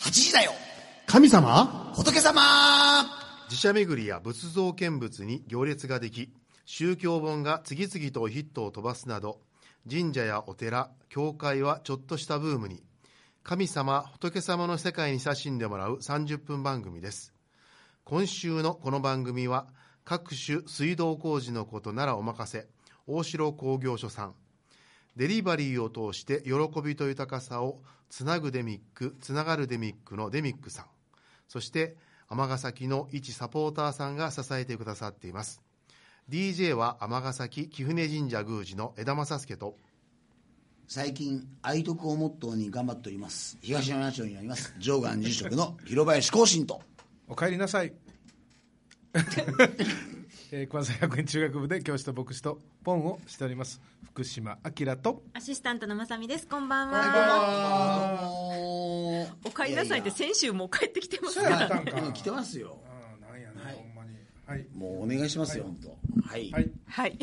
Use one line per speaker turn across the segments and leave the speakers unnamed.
8時だよ
神様
仏様
寺社巡りや仏像見物に行列ができ宗教本が次々とヒットを飛ばすなど神社やお寺教会はちょっとしたブームに神様仏様の世界に親しんでもらう30分番組です今週のこの番組は各種水道工事のことならお任せ大城工業所さんデリバリーを通して喜びと豊かさをつなぐデミックつながるデミックのデミックさんそして尼崎の一サポーターさんが支えてくださっています DJ は尼崎貴船神社宮司の枝正輔と
最近愛徳をモットーに頑張っております東山町になります上岸住職の 広林光信と
お帰りなさい。 えー、関西学園中学部で教師と牧師とポンをしております福島明と
アシスタントのまさみです。こんばんは。お帰りなさいって先週もう帰ってきてます
や
か
いや
ら。
はいうん来てますよ
あーなんやね、ほんまにはい、
もうお願いしますよ、本当はい、
はい、
はい。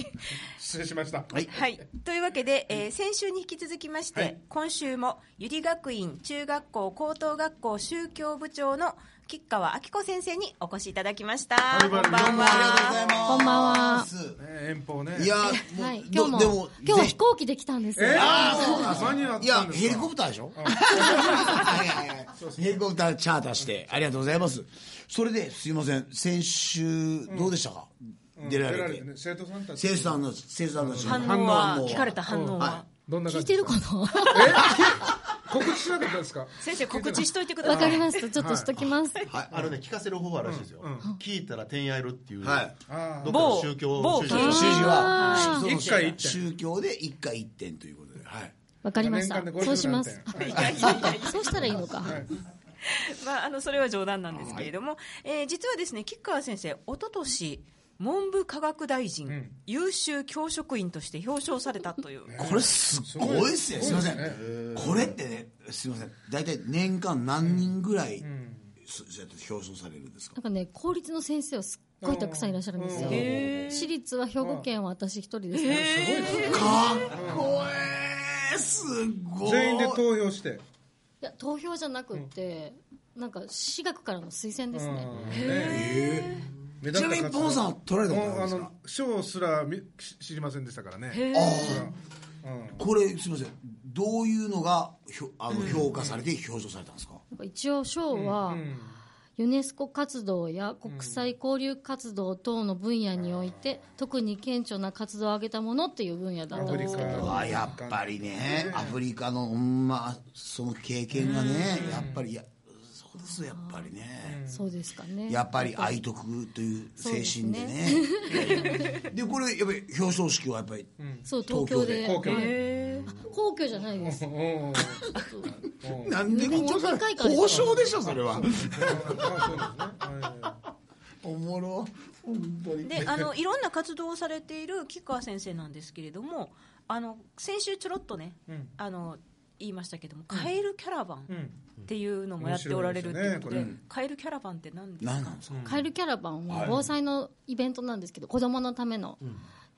失礼しました、
はい
はい。というわけで、えー先週に引き続きまして、
はい
今週も、ゆり学院中学校高等学校宗教部長の吉川明子先生にお越しいただきました。こ
は
ん
い
ばん
どうも
は。
こんばんは。
ね、遠方ね
いやもう、
はい、
ど
今日も
でも
今日
ぜ
飛行機で来たんですよ。
えー、
は
あーそう間に合っ
ひいや
たんですか
ヘリコプターでしょはいはいはいヘリコプターチャーターしてありがとうございますそれですいません先週どうでしたか、
うん
出
出
ら
ら
れ
れ
て
てね生徒さんたち
生徒さんの生徒さんたちの
反応は
反、応
聞かれた反応は
は。
どんな
聞
感
い
じ
て
で
る
す
か
か
な。
え聞告知しなかったですか
先生、告知しといてくだ
わ
さ
か
い。
りました。ちょっとしときます。
はい
あのね、聞かせる方法あるらしいですよ。聞いたら点やるっていう。
はい
あ
どっか
某
の宗教
某
宗
研
教
習
修
字は
あー
その
一回一点
宗教で一回一点ということで、はい、
わかりました
年間で50。
そうします。
な
あそうしたらいいのか。
まあ、あのそれは冗談なんですけれども、えー実はですね吉川先生、おととし文部科学大臣、
ん
優秀教職員として表彰されたという、
これすっごいっすねすい
すご
ま
い
せ
で
ん
すね
これってねすいません大体年間何人ぐらい、そそうやって表彰されるんですか
なんかね、公立の先生はすっごいたくさんいらっしゃるんですよ。私立は兵庫県は私一人ですね。
かっこえーすごい
全員で投票して、
いや、投票じゃなくって、なんか私学からの推薦です
うん
ね。
ね目立
ち
った
なみにポンさんは取られたことない
もうあ
ですか
の賞すらみし知りませんでしたからね、
これすいませんどういうのがひょあの評価されて表彰されたんですか、
なんか一応賞は、ユネスコ活動や国際交流活動等の分野において、特に顕著な活動を挙げたものっていう分野だったんですけ
アフリ
ど
カ
うわやっぱりねアフリカのほんまその経験がねやっぱりやそうですよやっぱりね
そうですかね
やっぱり愛徳という精神でね でこれやっぱり表彰式はやっぱり
そう東京で
東京で
はいあ皇居じゃないです
うんうん
なんでこう
めっちゃ高いから
交渉でしょそれは
あそうですねはい
おもろ本当に
であのいろんな活動をされている吉川先生なんですけれども、あの先週、ちょろっとね、
ん
あの言いましたけども、カエルキャラバン
ん
っていうのもやっておられるということで、
面白いです
カエルキャラバンって何ですか
何なんですか
カエルキャラバンは防災のイベントなんですけど子供のための、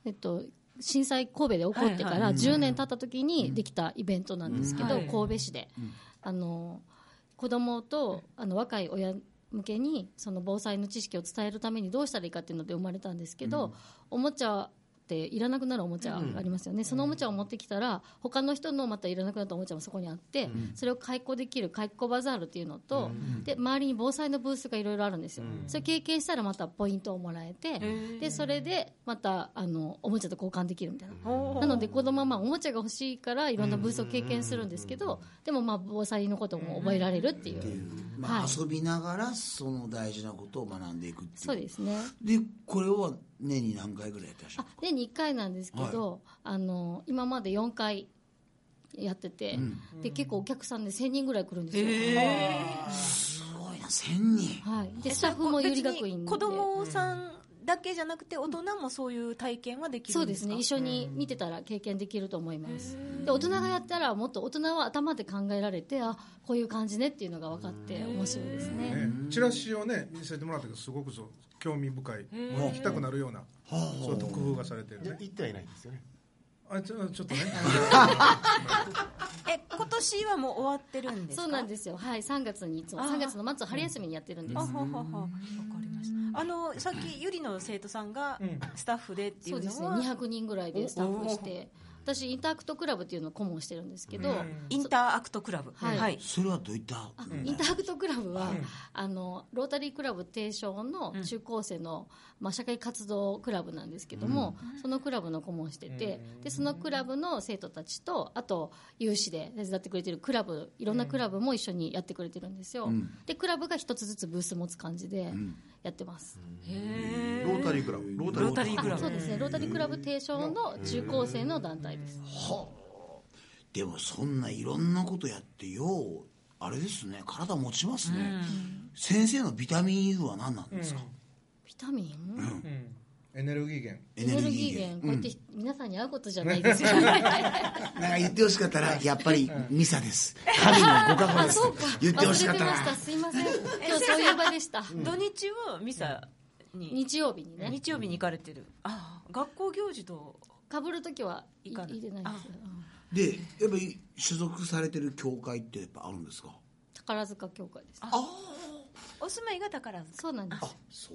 えっと震災神戸で起こってか
はいは
ら10年経った時にできたイベントなんですけど、
うん
神戸市で、あの子供とあの若い親向けにその防災の知識を伝えるためにどうしたらいいかっていうので生まれたんですけど、おもちゃっていらなくなるおもちゃがありますよね、そのおもちゃを持ってきたら他の人のまたいらなくなったおもちゃもそこにあって、それを解雇できる解雇バザールっていうのと、で周りに防災のブースがいろいろあるんですよ、それ経験したらまたポイントをもらえて、でそれでまたあのおもちゃと交換できるみたいな。
おー
なので子供はまあおもちゃが欲しいからいろんなブースを経験するんですけどでもまあ防災のことも覚えられるっていう、
まあ
はい
遊びながらその大事なことを学んでいくっていう
そうですね
でこれは年に何回ぐらいやってらっしゃ
あ
る
年に1回なんですけど、あの今まで4回やってて、で結構お客さんで1000人ぐらい来るんですよ、
すごいな1000人
はい、でスタッフもゆり学院で
子供さんだけじゃなくて、大人もそういう体験はできる
そうん
で
ですす
か
ね一緒に見てたら経験できると思いますで大人がやったらもっと大人は頭で考えられてあこういう感じねっていうのが分かって面白いですね
ねチラシをね見せてもらったけどすごくそう興味深いもう行きたくなるようなそういった工夫がされてる
で
ね
行ってはいないんですよね。
あちょちょっとね
え今年はもう終わってるんですか
そうなんですよはい3月にいつも
あー
3月の末は春休みにやってるんです
あはははわかりましたあのさっきゆりの生徒さんが
うん
スタッフでってい
そう
う
で
の
すね
は
200人ぐらいでスタッフして私インタークトクラブっていうのを顧問してるんですけど、
うん
インターアクトクラブ
はい
はい
それはどういった
あインタークトクラブは、あのロータリークラブ提唱の中高生の、まあ、社会活動クラブなんですけども、そのクラブの顧問してて、でそのクラブの生徒たちとあと有志で手伝ってくれてるクラブいろんなクラブも一緒にやってくれてるんですよ、でクラブが一つずつブース持つ感じでやってます、
へ
ロータリークラブロータリー
ータリークラ
そう
ブ
ですねロータリークラブ提唱の中高生の団体です、
でもそんないろんなことやってようあれですね体持ちますね、先生のビタミン U は何なんですか、
ビタミン、
うんエネルギー源
エネルギー源、こうやって皆さんに会うことじゃない ですよ、
なんか言ってほしかったらやっぱりミサです神のご加護
あ、
です
そうか。
言ってほし
忘
かっ
れ
た
て
ら
ました。すいません。今日そういう場でした。
土日はミサに
日曜日にね。
日曜日に行かれてるああ学校行事と
かぶるときはい
行かない
入れないです。うん
でやっぱり所属されてる教会ってやっぱあるんですか
宝塚協会です。
お住まいが宝塚
そうなんです。
そ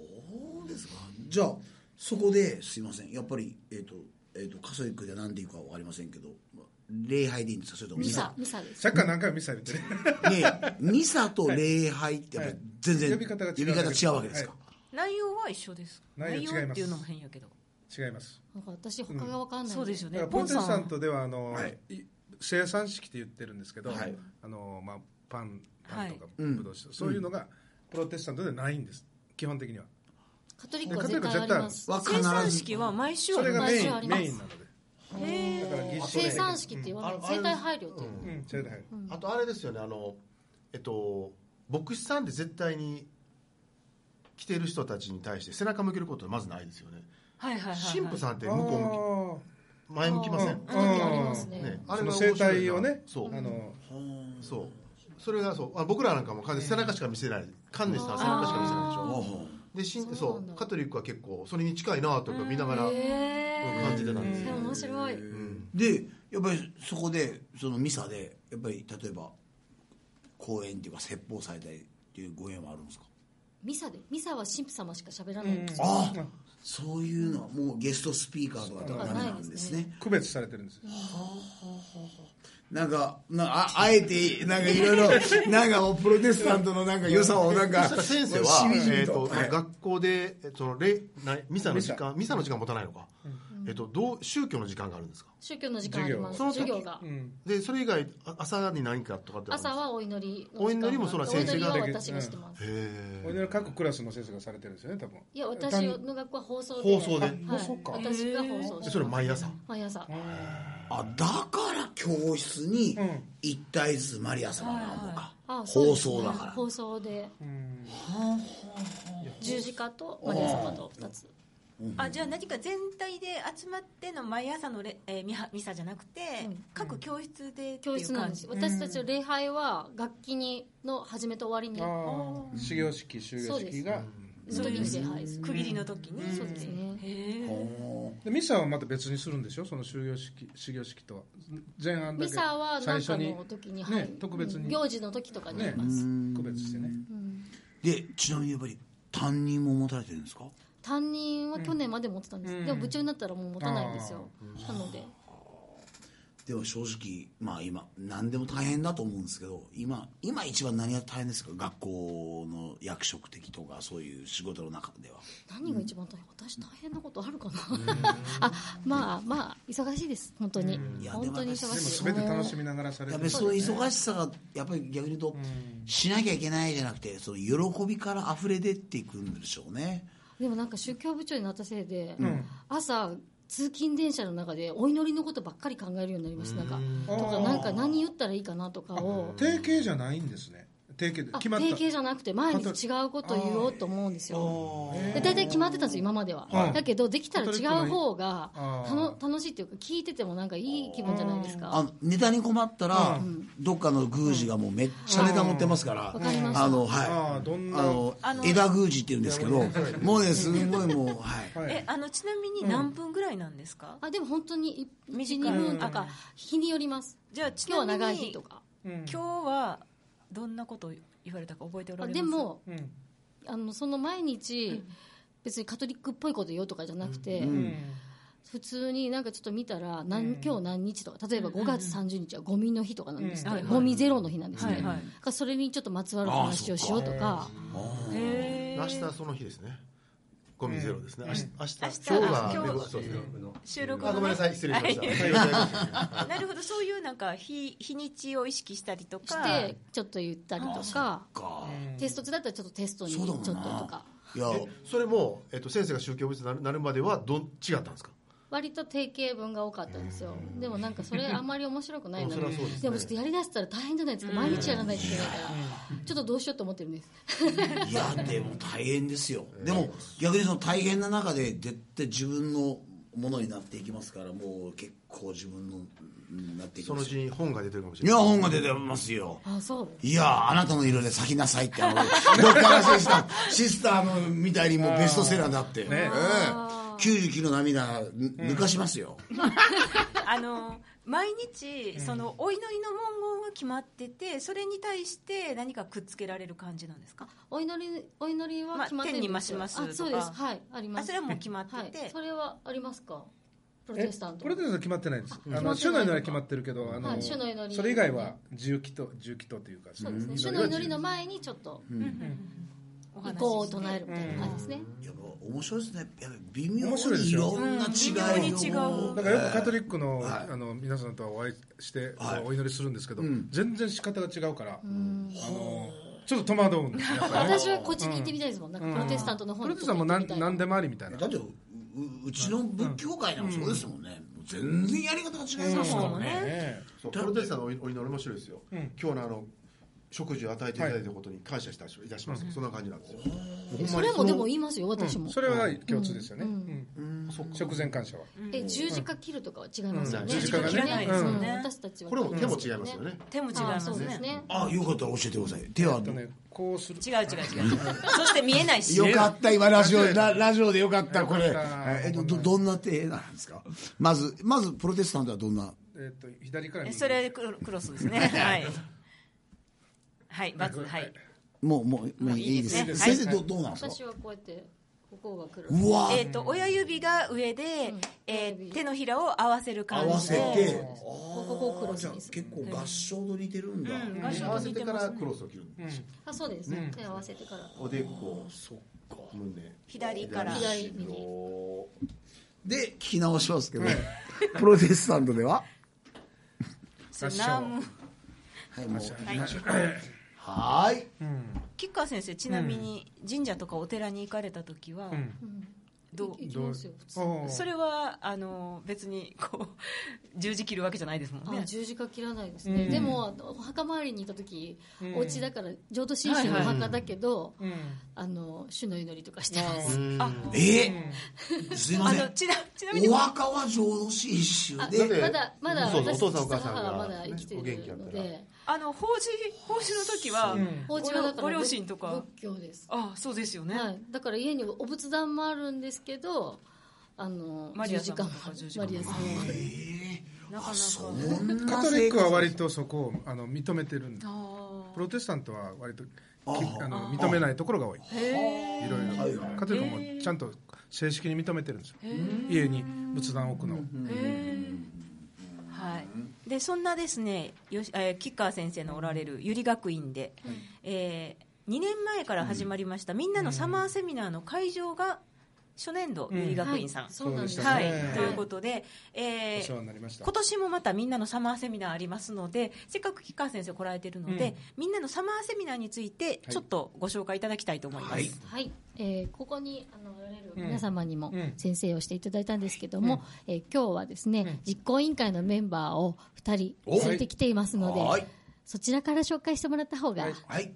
うですかじゃあそこですいませんやっぱりえっ、とえっ、とカソリックで何ていうかわかりませんけど礼拝でいいんですかそれとも
ミサ、ミサです。
サッカー何回もミサ言ってね
ねえミサと礼拝ってやっぱり全然
はい呼び方が違う
呼び違うわけですか、
は
内容は一緒です
内容違います
っていうのも変やけど
違います
なんか私他がわかんない。
そうですよ
だ
ね
から
ポ
ポ
ン
ン
さ
テ
ん
さ
は
んとではあの、
はい
い生産式って言ってるんですけど、
はい
あのまあ、パンパ
は
ン
い
とかブドウ酒とか、そういうのがプロテスタントではないんです基本的には
カトリックは絶対あります。
は
生産
必ず
式は毎週
そ
あ
れ
り
が
ま
メイ
す
毎週あり
ン
ます
メインなので、
へ
だから儀式
生産式って言わない。
あれ
生態配慮っていう。
うんそれではい
あとあれですよねあのえっと牧師さんって絶対に来てる人たちに対して背中向けることはまずないですよね
はいはいはいはい
神父さんって向こう向き前向きません
あの時ありますね。
ね
あーその
が
生
面白いな
態をね
そう
あの
そうそれがそうあ僕らなんかも完全に背中しか見せない観念したら背中しか見せないでしょ
あ
でしんそう
そうなんだ
カトリックは結構それに近いなとか見ながらうん
へ
感じてたんです
え。
よ
面白い。
でやっぱりそこでそのミサでやっぱり例えば講演っていうか説法されたりっていうご縁はあるんですか
ミサで、ミサは神父様しか喋らないんですよ。
ああそういうのはもうゲストスピーカーとかとかダメなんですね
区別されてるんですよ
なんかなああえてなんかいろいろなんかもうプロテスタントのなんか良さをなん
そ
か
したら先生
しみじ
は、え
み
っ
と
と
はい
学校でえその礼なミサの時間ミサの時間持たないのか、えっと、どう宗教の時間があるんですか
宗教の時間あります。
授業
授業が。
でそれ以外あ朝に何かとかってあるんです
朝
か
はお祈りの時間
お祈りもそれは先生が
お祈りは私がしてます、
へ
俺の各クラスの先生がされてるんですよね多分
いや私の学校は放送で
放送で
はい、
あそうか
私が放送
え
して
それ毎朝
毎朝
あだから教室に
うん
一体ずつマリア様なのか、
あそうで
放
すね
送だから
放送で十字架とマリア様と二つ
あじゃあ何か全体で集まっての毎朝のれ、えー、ミハミサじゃなくて、
うん
各教室でってい
教
う
室なん
感
です
じ
私たちの礼拝は楽器にの始めと終わりに
あー始業式終業式が
その時に礼拝する
区切りの時に、
そうですね
へえ
でミサはまた別にするんでしょその終業式始業式とは前半だ
ミ
け
サは
最
何
初
か
に
の時に、
ね特別に
行事の時とかにや
ね
ります、
区別してね
でちなみにやっぱり担任も持たれてるんですか
担任は去年まで持ってたんです、
うん
でも部長になったらもう持たないんですよなので
でも正直まあ今何でも大変だと思うんですけど今今一番何が大変ですか学校の役職的とかそういう仕事の中では
何が一番大変、私大変なことあるかな あまあまあ忙しいです本当に
いや
本当
で
に忙
も
でも
しい
全て楽しみながらされ
や
て
っぱり
る
その忙しさがやっぱり逆に言うとしなきゃいけないじゃなくてその喜びから溢れ出ていくんでしょうね
でもなんか宗教部長になったせいで、朝通勤電車の中でお祈りのことばっかり考えるようになりましたなんかとかなんか何言ったらいいかなとかを
定型じゃないんですね定型で
あ
決まった
定型じゃなくて毎日違うこと言おうと思うんですよ
ー
で大体決まってたんですよ今までは、
はい
だけどできたら違う方が
あー
たの楽しいっていうか聞いててもなんかいい気分じゃないです
あ
か
のネタに困ったら、どっかの宮司がもうめっちゃネタ持ってますから、
わかりました
あのはい
ああどんな
あの枝宮司っていうんですけどもうねすんごいもうはい、
はい
えあのちなみに何分ぐらいなんですか、
あでも本当に
短い
12分とか日によります
じゃあち
今日
な
は
みに
長い日とか
うん
今日はどんなことを言われたか覚えておら
あ
れます
でも
うん
あのその毎日別にカトリックっぽいこと言おうとかじゃなくて、
うん
普通になんかちょっと見たら何、今日何日とか例えば5月30日はゴミの日とかなんですけど、
うんはいはい
ゴミゼロの日なんですね、
はいはい
だからそれにちょっとまつわる話をしようとか
へ
明日
ー
その日ですねゴミゼロですね、明日明日
明日
今日が
あ今日
レゴそうですね
収録の、
あごめんなさい失礼しました、
は
あ
い
りがとうございます
あなるほどそういうなんか日日にちを意識したりとか
してちょっと言ったりとか
か
テスト中だったらちょっとテストにち
そ
ょ
う
っ
だ
と
もんな
とか
いや
えそれも、えっと、先生が宗教物になるなるまではどん違ったんですか
割と定型文が多かったんですよでもなんかそれあんまり面白くないな
そりゃそうですね
でもちょっとやりだしたら大変じゃないですか毎日やらないといけないからちょっとどうしようと思ってるんです
いや でも大変ですよ、でも逆にその大変な中で絶対自分のものになっていきますからもう結構自分のになっていき
そ
ま
のう
す
ち
よ
に本が出てるかもし
い
れ
や
ない
本が出てますよ
あそう
いやあなたの色で咲きなさいってあのどっからシスターシスターのみたいにもうベストセラーになって、ええ99の涙ぬ抜かしますよ、
あの毎日そのお祈りの文言が決まっててそれに対して何かくっつけられる感じなんですか
お祈りお祈りは決まってる
まあ天
んですよ
にまします
あそ
と
うで
か
すはいあります
あそれはもう決まってて
はい、それはありますかプロ
え
テスタント
プロテスタント決まってないです、あ
ま
の
って
主
な
の祈
い
りは決まってるけど、あの
はい主の祈り
それ以外は重祈と重祈とというか、
そうですね主
祈
の
は
祈りの前にちょっと
お話しして
意向を唱えるみたいな感じですね、
いやもう面白いですねやっぱり微妙
面白いで
にい
すよ
ろんな違いを、
うん微妙に違う
だからよくカトリックの,、あの皆さんとはお会いして、お祈りするんですけど、全然仕方が違うから、あのちょっと戸惑うんですねやっぱりね
私はこっちに行ってみたいですもんなんかプロテスタントの方
プ
に
ロ
ち
テ
ょ
スタ
っと
ントも
行
な
って
ん
みたい
何でもありみたいな
だってうううちの仏教界でもそうですもんね、全然やり方が違いますからね、
ね
そうプロテスタのお祈り面白いですよ、今日のあの食事を与えていただいたことに感謝したしいたします、そんな感じなんですよ、もうほん
そ
まに
れもでも
そ
言いますよ私も、
それは共通ですよね、うん
のそっか
食前感謝は、
え十字架切るとかは違いますよ
うん
ね、
十字架がね
切らないですよね、
うん
私たちは
これも手も違いますよね、
手も違い
あ
ま
あ
す
そうで
ね
すね
あよかったら教えてください手は、
えっとねこうする
違う違う違う そして見えないし
よかった今ラジオララジオでよかったこれ
よかった
えっとどどんな手なんですかまずまずプロテスタントはどんな
えっと左から
え
右
それクロスですねはいはいバツはい
もうもうもういいです
もういいです
先
ね
生どどうなんですか
私はこうやってここが来る
うわ
えっと親指が上でえー手のひらを合わせる
合
感
わ
じ
せ
で
て
ここをクロスにする
結構合唱と似てるんだ、
うん合
合
唱
わ
と
せ
似
て
て
か
ま
ら
すね
クロスを切るんです、
あそうです、手合わせてから
おでこ
そっか
胸
左から
左右
で聞き直しますけどプロテスタントでは
そうなん
はいもう
はい
はーい
吉川先生ちなみに神社とかお寺に行かれた時はど
いうきますよ普通
おー
それはあの別にこう 十字切るわけじゃないですもん
あ
ね
十字架切らないですね、でもあのお墓参りに行った時、お家だから浄土真宗のお墓だけど、あの主の祈りとかしてます、
えーすいま
あ
せ
の
ん
ちなちなみに
お墓は浄土真宗
あ
で
まだまだ
そうそう
私
お父さんお母さんが
父母まだ生きて
お元気
る
やった
の
ら
で
あの法事法事の時は
お家はだから
ご両親とか
仏教です、
あそうですよね、
はい、だから家にお仏壇もあるんですけどあの
マリ
十
ア
字
さんと
架も
か
ある
十字架
マ
も
リアさんもある
なかなか
カトリックは割とそこをあの認めてるんで
あ
プロテスタントは割ときあの認めないところが多い
ーへ
いろいろカトリックもちゃんと正式に認めてるんですよ家に仏壇を置くのを
ーはいでそんなですねよしえー吉川先生のおられる百合学院で、え2年前から始まりました、みんなのサマーセミナーの会場が初年度百合学院さん、
はいそうなんです
うん
よ、
はい、
はい
ということで、えー
お世話になりました
今年もまたみんなのサマーセミナーありますのでせっかく吉川先生来られてるので、みんなのサマーセミナーについてちょっとご紹介いただきたいと思います、
はい
はい、えーここにあのおられる皆様にも
うん
先生をしていただいたんですけども、えー今日はですね、実行委員会のメンバーを2人連れてきていますので、
はい
そちらから紹介してもらった方が
はい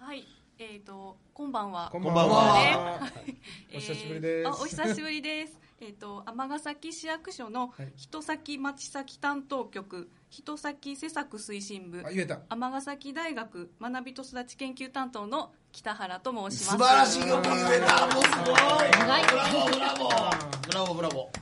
はい、えっ、と、こんばんは。
こん
ばん
ばんは。お
えー
久しぶりです
あ、お久しぶりです。 えっと、尼崎市役所の
はい
人先町先担当局、人先施策推進部
あ、。言えた。
尼崎大学学びと育ち研究担当の北原と申します。
素晴らしいよく言えたもうすごい
長い
ブラボーブラボーブラボーブラボ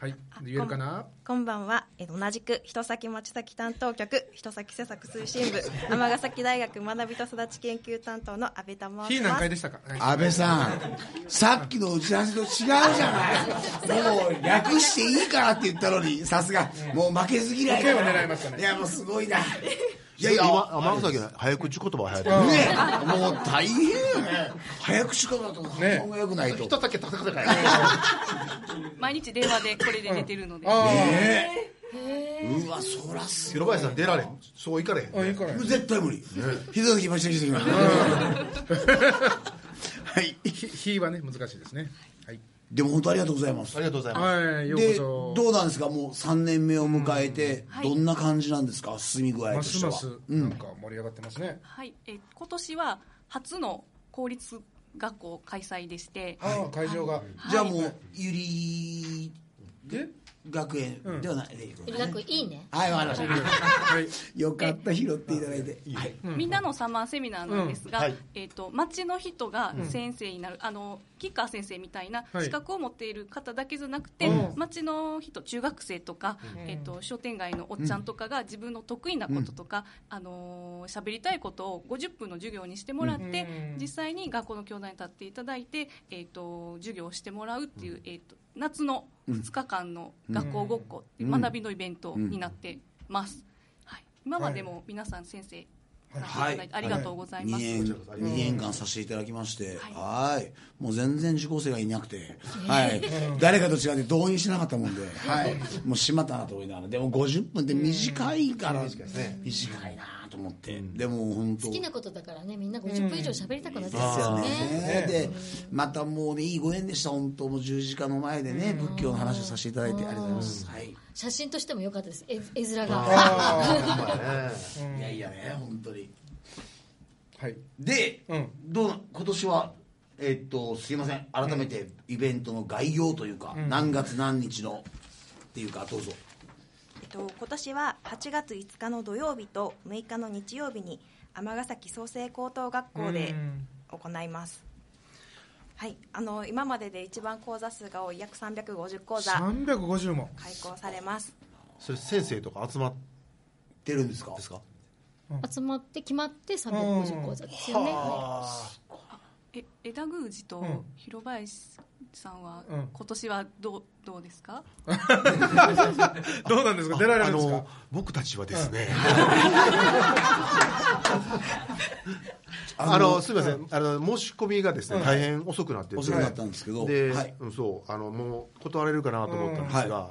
はい。言えるかな
こんばんは。え同じく人先町先担当局人先施策推進部尼崎大学学びと育ち研究担当の安倍と申
非
し
難
ます
解。でしたか
ー安倍さんさっきの打ち合わせと違うじゃないもう略していいからって言ったのにさすがもう負けず嫌い
一回は狙いましたね
いやもうすごいないいやいや
今天崎の早口言葉は流行ってる
ねもう大変よね早口言葉とか発音が良くないと、
だけ叩くか
毎日電話でこれで寝てるので。
あ
ねえうわそらす
白林さん出られんそういかれへん
あ、いいから。
絶対無理膝の気持ちできてき ましたはい
ひ非はね、難しいですね。はい。
でも本当ありがとうございます
ありがとうございます
はい、よう
で
こ
ど
そ。
うなんですかもう3年目を迎えて、
はい
どんな感じなんですか進み具合
ま
とし
す
ては、
ます、なんか盛り上がってますね。
はい、えー今年は初の公立学校開催でして。
ああ、会場が。
じゃあ
はい
もうゆり
で、
学園ではない、で
ゆりがくんいいね
はいわかりました
はい。
よかった拾っていただいて、はい、
みんなのサマーセミナーなんですが、
うんはい
えっ、と町の人が先生になる、あの吉川先生みたいな
はい
資格を持っている方だけじゃなくて、町の人中学生とか、えっ、と商店街のおっちゃんとかが自分の得意なこととか、あのー喋りたいことを50分の授業にしてもらって、
うん
実際に学校の教壇に立っていただいて、えっ、と授業をしてもらうっていう、えっ、と夏の2日間の学校ごっこっていう学びのイベントになってます。はい、今までも皆さん先生
は
はいい、ありがとうございます。
2年二年間させていただきまして、
はい
はいもう全然受講生がいなくて、はい、誰かと違って動員しなかったもんで、はい、もうしまったなと思いながら、でも50分って短いから、短いなと思って、でも本当。
好きなことだからねみんな50分以上喋りたくなっちゃ
で
うん
す
です
よ
よ
ね
ね
でまたもうねいいご縁でした本当もう十字架の前でね、仏教の話をさせていただいてありがとうございます、はい、
写真としても良かったです絵絵面が
いやいやね本当に
はい。
で、
うん
どうな今年はえっとすいません改めてイベントの概要というか、何月何日のっていうかどうぞ
えっと今年は8月5日の土曜日と6日の日曜日に尼崎創成高等学校で行います。はい、あの今までで一番講座数が多い約350講座
三百五十も。
開講されます。
それ先生とか集まっ
出るんですか
ですか
集まって決まって350講座ですよね
え、枝宮司と
ん
広林さんは、
うん
今年はどう、どうですか。
どうなんですか。出られるんです
あ
か
の。僕たちはですね、あのすみません、あの申し込みがですね、大変遅くなってて
遅くなったんですけど
で、
はい
うんそうあのもう断られるかなと思ったんですが、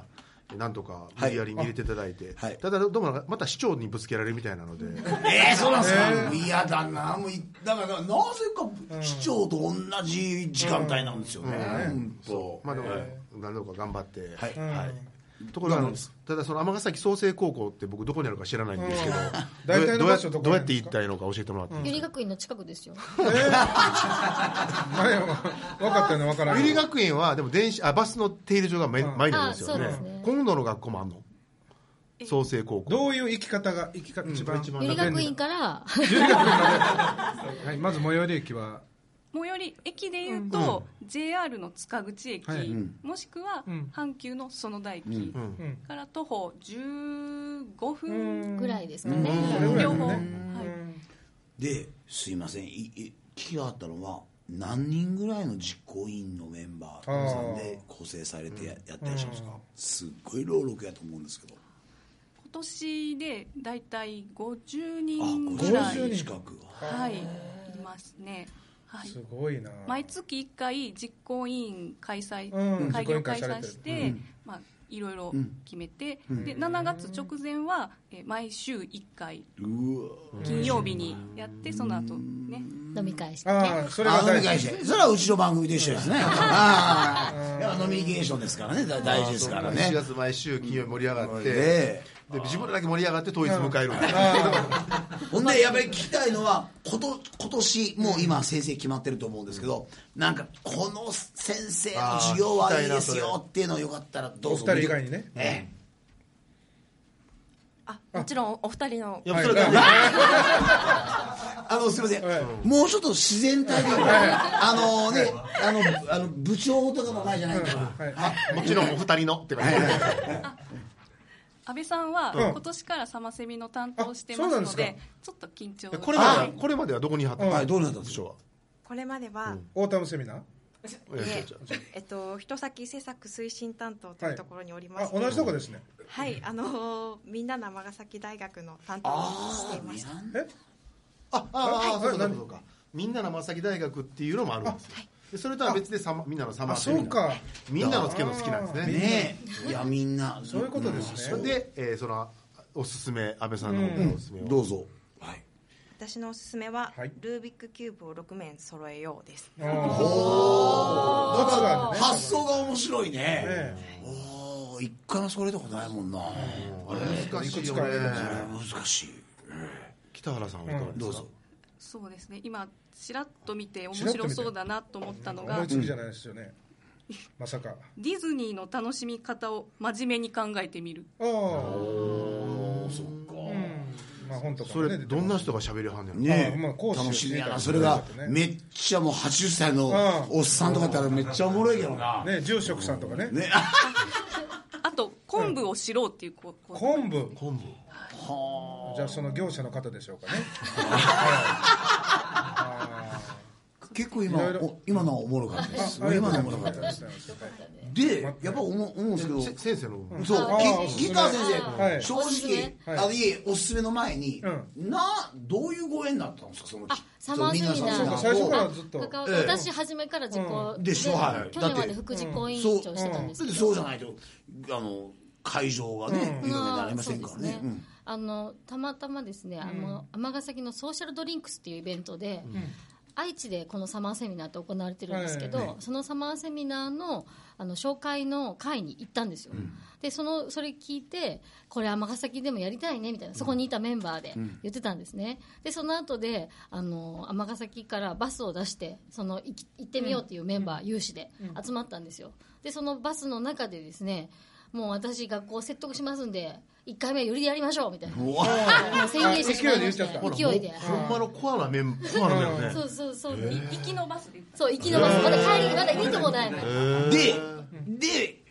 なんとか無理やり見れていただいて、
はい
ただどうもなんかまた市長にぶつけられるみたいなので、
えー、そうなんですか、もう嫌だなもういだからなぜか市長と同じ時間帯なんですよね、本当
まあでも、何とか頑張って、
はい
ところが
頑張り
あの
ます
ただその尼崎創成高校って僕どこにあるか知らないんですけど、
大
ど
体
う
の
やど
場所
うや
どこ
どうやって行ったらいいのか教えてもらっていい
ゆ
です
り
か。
学院の近くですよ
前は分かったよね、分からな
百
い。
合学園はでも電車あバスの停留所が前
うん
前にあるんですよ
あそうです
ね
ね。
今度の学校もあんの。創成高校。
どういう生き方が、生き方、一番。
一
一
番
番
ゆり学院から
はい、まず最寄り駅は。
最寄り駅で言うと、JR の塚口駅、
はい
もしくは
うん
阪急の園田駅、
うん
うん。
から徒歩15分
ぐらいですかね
それぐらい
両
だ
方、
ね
はい、
ですいませんいい聞きがあったのは何人ぐらいの実行委員のメンバーさんで構成されてややってらっしゃるんですか、すっごい労力やと思うんですけど
今年でだいたい50
あ
人ぐら
50
い、
人近くは
はい、いますね、はい、
すごいな。
毎月1回実行委員開催、
うん
会議を開
実行委員
催
会
し
され
て、まあ、いろいろ決めて、で7月直前はえー毎週1回
うわ
金曜日にやってその後ね
飲み会してね
ああ、それが
あ飲
大
み会
事。
してそれはうちの番組と一緒ですねああノミニケーションですからねだ大事ですから
4
ね
月毎週金曜日盛り上がって、
で
で自分らだけ盛り上がって統一迎える、
ほんで、やっぱり聞きたいのは、こと今年もう今、先生決まってると思うんですけど、なんか、この先生の授業はいいですよっていうのよかったら、どうぞ。
お二人以外にね
え
あもちろんお二人の
いやそれ
はい
えあの、すいません
はい。
もうちょっと自然体で、あのね、あの、あの部長とかの前じゃないから。
もちろんお二人のって感じ
安倍さんは今年からサマセミの担当をしてます
あそうなんで
の
すか
で、ちょっと緊張
これまではこれまではどこに貼ったの
はい、どうなったんで
部
しょ
長は
これまでは、
オータムセミナー
いや
え
違う違う
えっと人先施策推進担当というところにおりま
あ
す、
同じとこですね
はいあのーみんなの尼崎大学の担当をしていました
え
あああ
はい
そうか
は
そか
いう
そうかみんなの正木大学っていうのもあるんですよでそれとは別でさまみんなのサマ
あ
ーセ
そ
ミ
う
ナー
か
みんなのつけるの好きなんです
う。
ね
ねえ。いや、みんな。
そういうことですね
それで、えーそのおすすめ安倍さんの方のおすすめを、
どうぞ。はい。
私のおすすめは、
はい
ルービックキューブを6面揃えようです
おおーがあるね
発想が面白いね
え。
おお、一回もそれとかないもんな。
あれ難しいよね
いくつかあ
あれ難しい。
北原さんはいかがですか、
どうぞ。
そうですね、今、ちらっと見て面
ちらっと見
白
て
そうだなと思ったの
思
が
い、つきじゃないですよねまさか
ディズニーの楽しみ方を真面目に考えてみる。
ああ
そっか。
まあ本とか
そ
もね
れ
出て
どんな人が喋りはんねん
ね
あまあ講師
楽しみやな。
です
そ
ね
れが
だからね
めっちゃもう80歳の
うん
おっさんとかやったらめっちゃおもろいけどな。
ね住職さんとかね
ね。
あと、昆布を知ろうっていうこう、こ
昆布
昆布
じゃあその業者の方でしょうかね
結構今
いろいろ
お今のはおもろかったです。
ありが
今の
と
は
う
おもろか
ご
った
ざい
で。
ますす
で、やっぱ思う思うんですけど。
せ先生の部分
そう
あー、
き吉川先生、
はい
正
おすす
直
め、
はい
あのいえ、おすすめの前に、
う
な、どういうご縁だったんですか、そのき、
サマーセミナー
そのみんな
そうか最初から
だ
らずっと
高尾
ええ
私初めから実行
でしょはい
去
だっ
年
て
まで副実行委員長してたんです
って
け
そ
ど
うじゃないと、あの、会場がね、有名になりませんからね。うん
あのたまたまですねあの尼崎のソーシャルドリンクスっていうイベントで、愛知でこのサマーセミナーって行われてるんですけど、
はい
そのサマーセミナーのあの紹介の会に行ったんですよ、でそのそれ聞いてこれ尼崎でもやりたいねみたいなそこにいたメンバーで言ってたんですね、でその後であの尼崎からバスを出してその行き行ってみようっていうメンバー有志で集まったんですよでそのバスの中でですねもう私学校説得しますんで1回目よりでやりましょうみたいな
う
も
わ
う宣言してしまいましたね
あ勢いで言っ
勢いで
ほんまのコアな面コアな面よね
そうそうそう、
う行きのバスで
そう、行きのバス、まだ帰り、まだいいとこないの。
で、で、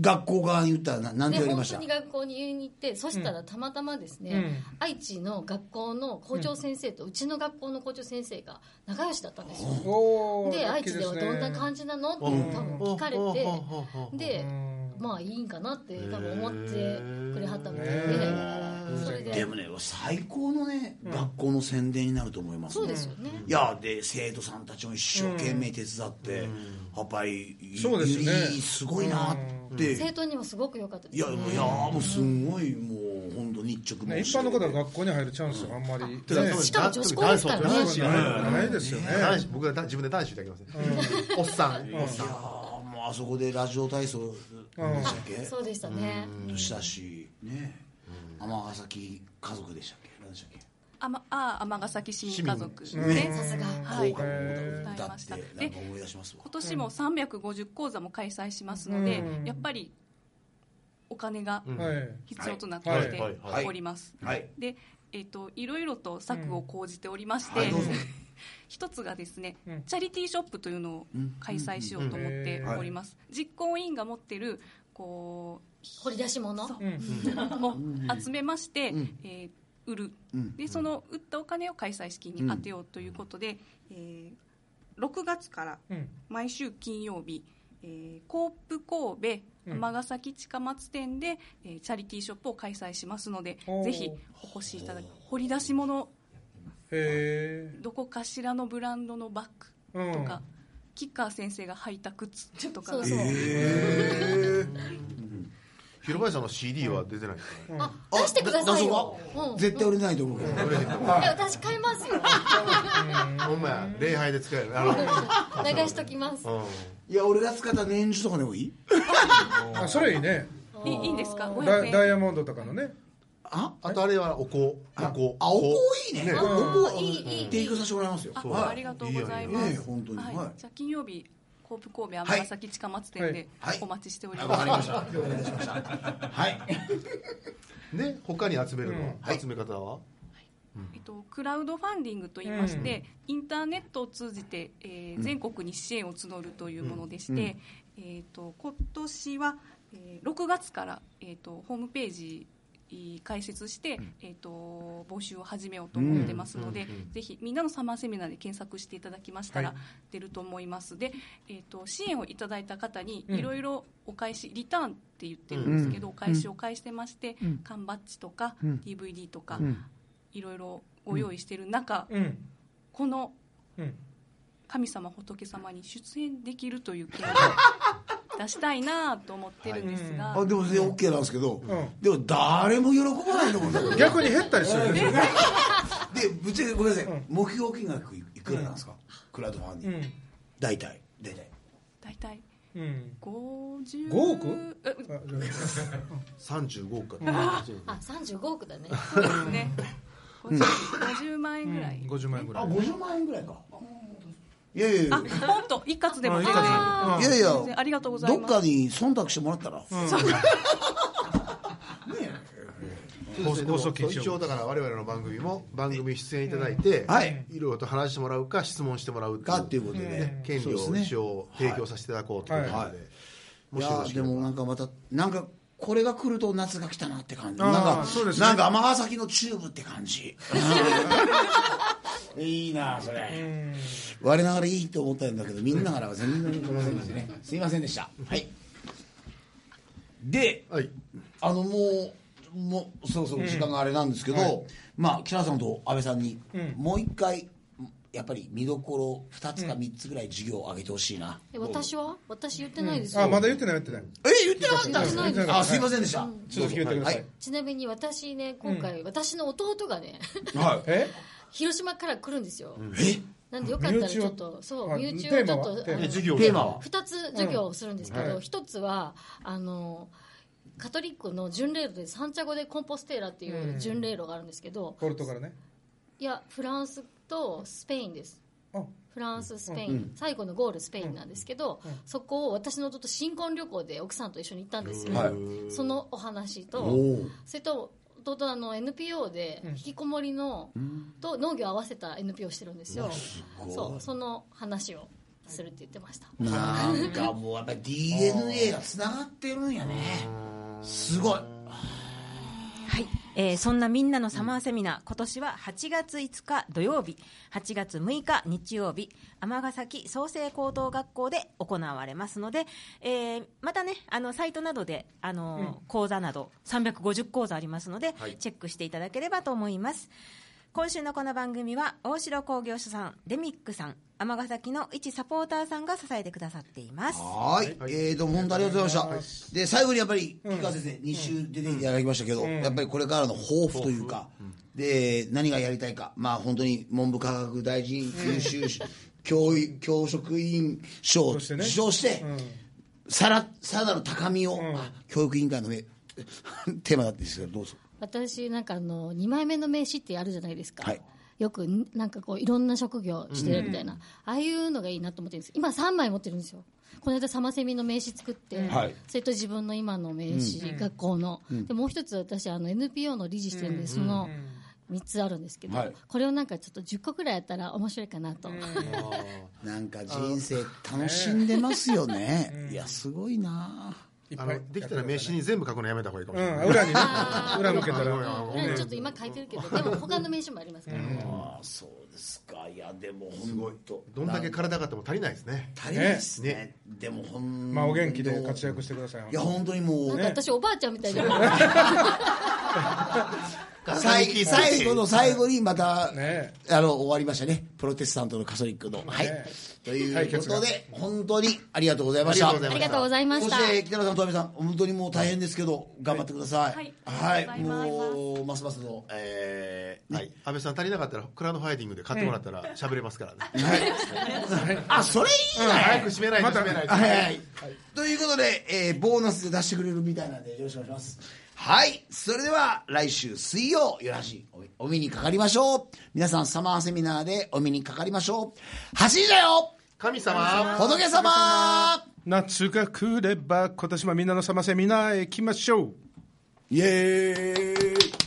学校側に言ったらな何て
で
言われ
本
まし
当
た
に学校に言いに行ってそしたらたまたまですね、愛知の学校の校長先生とうちの学校の校長先生が仲良しだったんですよ、
お
で愛知ではどんな感
じ
じなのって多分聞かれ
うん
て
うん
でまあいいんかなって多分思ってくれはったみたい
へ
でそれ
で
で
もね、最高のね、学校の宣伝になると思いますね
そうですよね
いやで生徒さんたちも一生懸命手伝って、やっぱりいい
そうですね
いいすごいなって、
生徒にもすごく良かったで
いや
す
い
ね
やもうすごいもう本当日直も
ね一般の方は学校に入るチャンスがあんまりね
てかそう
しかも女子校ですからね
男子がね
ないですよね
男子僕は自分で男子だけますねおっさんおっさん
あもうあそこでラジオ体操でしたっけ、
そうでしたね
したしね尼崎家族でしたっけ何でしたっけ
あまあ尼崎市民家族
民
ね
さすが
はい
効果の
はい
歌だって
歌いました
なんか思い出しますわ
今年も350講座も開催しますので、
うん
やっぱりお金が
はい
必要となってきて
はいはい
おります。
はい
で、えっ、といろいろと策を講じておりまして、
はいどうぞ
一つがですね、
うん
チャリティーショップというのを開催しようと思っております。実行委員が持ってるこ
掘り出し物
そう
うん
うを集めまして、
うん
えー売る。
うん
でその売ったお金を開催資金に充てようということで、えー6月から
うん
毎週金曜日、えーコープ神戸
うん
尼崎近松店で、えーチャリティーショップを開催しますので
おー
ぜひお越しいただき掘り出し物
へ
どこかしらのブランドのバッ
えう
グと
ん
か、キッカー先生が履いた靴とか
そうそう
広林さんの CD は出てないですかね
あ出してくださいよ
出そうか
うん
絶対売れないと思うけど
いや私買いますよ
ほんまや礼拝で使えるあの
流しときます
うん
いや俺が使った年中とかでもいい
あそれいいね
いいいいんですか
ダ
500
イダイ
円
ヤモンドとかのね
あ
あとあれはお香お香
あお香いいね
ね
お香
いいいい
提供させてもらいますよ
あ、
はい
ありがとうございます。
いえいえ本当に
はい
はい
じゃあ金曜日コープ神戸尼崎近松店で
はい
お待ちしております。
わかりました了解いたしましたはい
で他に集めるのは、
はい
集め方は
えっと、クラウドファンディングといいまして、インターネットを通じて、えー全国に支援を募るというものでして、えっと今年は、えー6月から、えっとホームページ開設して、えっと募集を始めようと思ってますので、ぜひみんなのサマーセミナーで検索していただきましたら、
はい
出ると思いますで、えっと支援をいただいた方にいろいろお返しリターンって言ってるんですけど、お返しを返してまして、缶バッジとか、DVD とか、いろいろご用意してる中、
うん
この
うん
神様仏様に出演できるという件を出したいなと思ってるんですが、
あでも全然 OK なんですけど、
ん
でも誰も喜ばないと思うんだけど
逆に減ったりするんですよね
でぶっちゃけごめんなさい、目標金額いくらなんですか、クラウドファンディング、大体大体
大体
うんうん
50
五億
え
あじゃ
35億か、
あ三十五 億だね。
そうですね 50, 50万円ぐらい、
あ50万円ぐら
あ
い
50万円ぐらいかいやいやいや
あポンと一括でも全然
あ
いやいや
全然ありがとうござ
ど
い
っ
ます
かに忖度してもらったら、
そうですね
放送禁止用語
一応だから我々の番組も番組出演いただいて、
はい
いろいろと話してもらうか質問してもらう
かっていうことでね
権利
そう
を
です
一
ね
応提供させていただこうということで、
はいい
もしよ
や
ろし
で
ければ
もなんかまたなんかこれが来ると夏が来たなって感じ
あ
な
ー
んか
そうですね
なんか尼崎のチューブって感 じいいなそれ我ながらいいと思ったんだけどみんなからは全然来ませんでしたねすいませんでしたはいで
はい
あのもうもうそろそろ時間があれなんですけど、まあ北原さんと安倍さんに、もう一回やっぱり見どころ2つか3つぐらい授業を上げてほしいな、
え私は私言ってないですよ。
あまだ言ってない言ってない
え言ってなか
言ってないです
ったあすいませんでした、
続き言ってください
ちなみに私ね今回、私の弟がね
はい
え
広島から来るんですよ。
え
なんでよかったらち
身内
ょっ
を
とそ
は
う
い
身内を
テ
ちょっ
ーマは
と
テー
あ
マ
の
授業
テーマは
二つ授業をするんですけ
う
ど
ん
一、つはあのカトリックの巡礼路でサンチャゴ・でコンポステーラっていう巡礼路があるんですけど、
ポルトからね
いやフランスとスペインです
あ
フランススペイン、最後のゴールスペインなんですけど、
ん
そこを私の弟新婚旅行で奥さんと一緒に行ったんですよ、
はい
そのお話と
おー
それと弟はあの NPO で引きこもりの、と農業を合わせた NPO をしてるんですよそうその話をするって言ってました
なんかもうやっぱり DNA がつながってるんやねすごい
はい、えーそんなみんなのサマーセミナー、今年は8月5日土曜日、8月6日日曜日、尼崎創成高等学校で行われますので、えーまたね、あのサイトなどで、あのー講座など350講座ありますので、チェックしていただければと思います。今週のこの番組は大城工業所さん、デミックさん、尼崎の一サポーターさんが支えてくださっています。
はーい、えー、どうも本当ありがとうございましたで最後にやっぱり菊川先生、2週出ていただきましたけど、やっぱりこれからの抱負というか、で何がやりたいかまあ本当に文部科学大臣優秀し教育教職員賞を
そしてね
受賞して、さらさらなる高みを、あ教育委員会の上 テーマだったんですけどどうぞ
私なんかあの2枚目の名刺ってあるじゃないですか、
はい
よくんなんかこういろんな職業してるみたいな、ああいうのがいいなと思ってるんです今3枚持ってるんですよこの間サマセミの名刺作って、
はい
それと自分の今の名刺、学校の、でもう一つ私あの NPO の理事してるんで、その3つあるんですけど、
はい
これをなんかちょっと10個くらいやったら面白いかなと、
なんか人生楽しんでますよね。いや、すごいな。
いっ
あ
ぱい
のできたら名刺に全部書くのやめた方がいいかも
う
しれ
ん
ない、
裏にね裏向けたら
うんちょっと今書いてるけどでも他の名刺もありますから、
ああ、そうですか。いや、でも、本当。
どんだけ体があっても足りないですね
足りないですね。でも、ほん。
まあお元気で活。躍してください
いや、本当にも
な。
うん
か私おばあちゃんみたいじゃない
最最後の最後に、また、
ね
あの、終わりましたね。プロテスタントのカトリックの。はい。ということで、本当にありがとうございました。
ありがとうございました
あり
そして
がとうございました
北野さんと阿部さん本当にもう大変ですけど頑張ってください
はい
は
あ
い
りがとうございます
もうますますのえー
はい、安倍さん足りなかったらクラウドファイディングで買ってもらったら喋れますからね、
あそれいいね
早く締めないと締めないと、
はい、ということで、えーボーナスで出してくれるみたいなんでよろしくお願いします。はい。それでは、来週水曜、よらしお目にかかりましょう。皆さん、サマーセミナーでお目にかかりましょう。走りだよ
神様
仏様
夏が来れば今年もみんなのサマセミナーへ行きましょう
イエーイ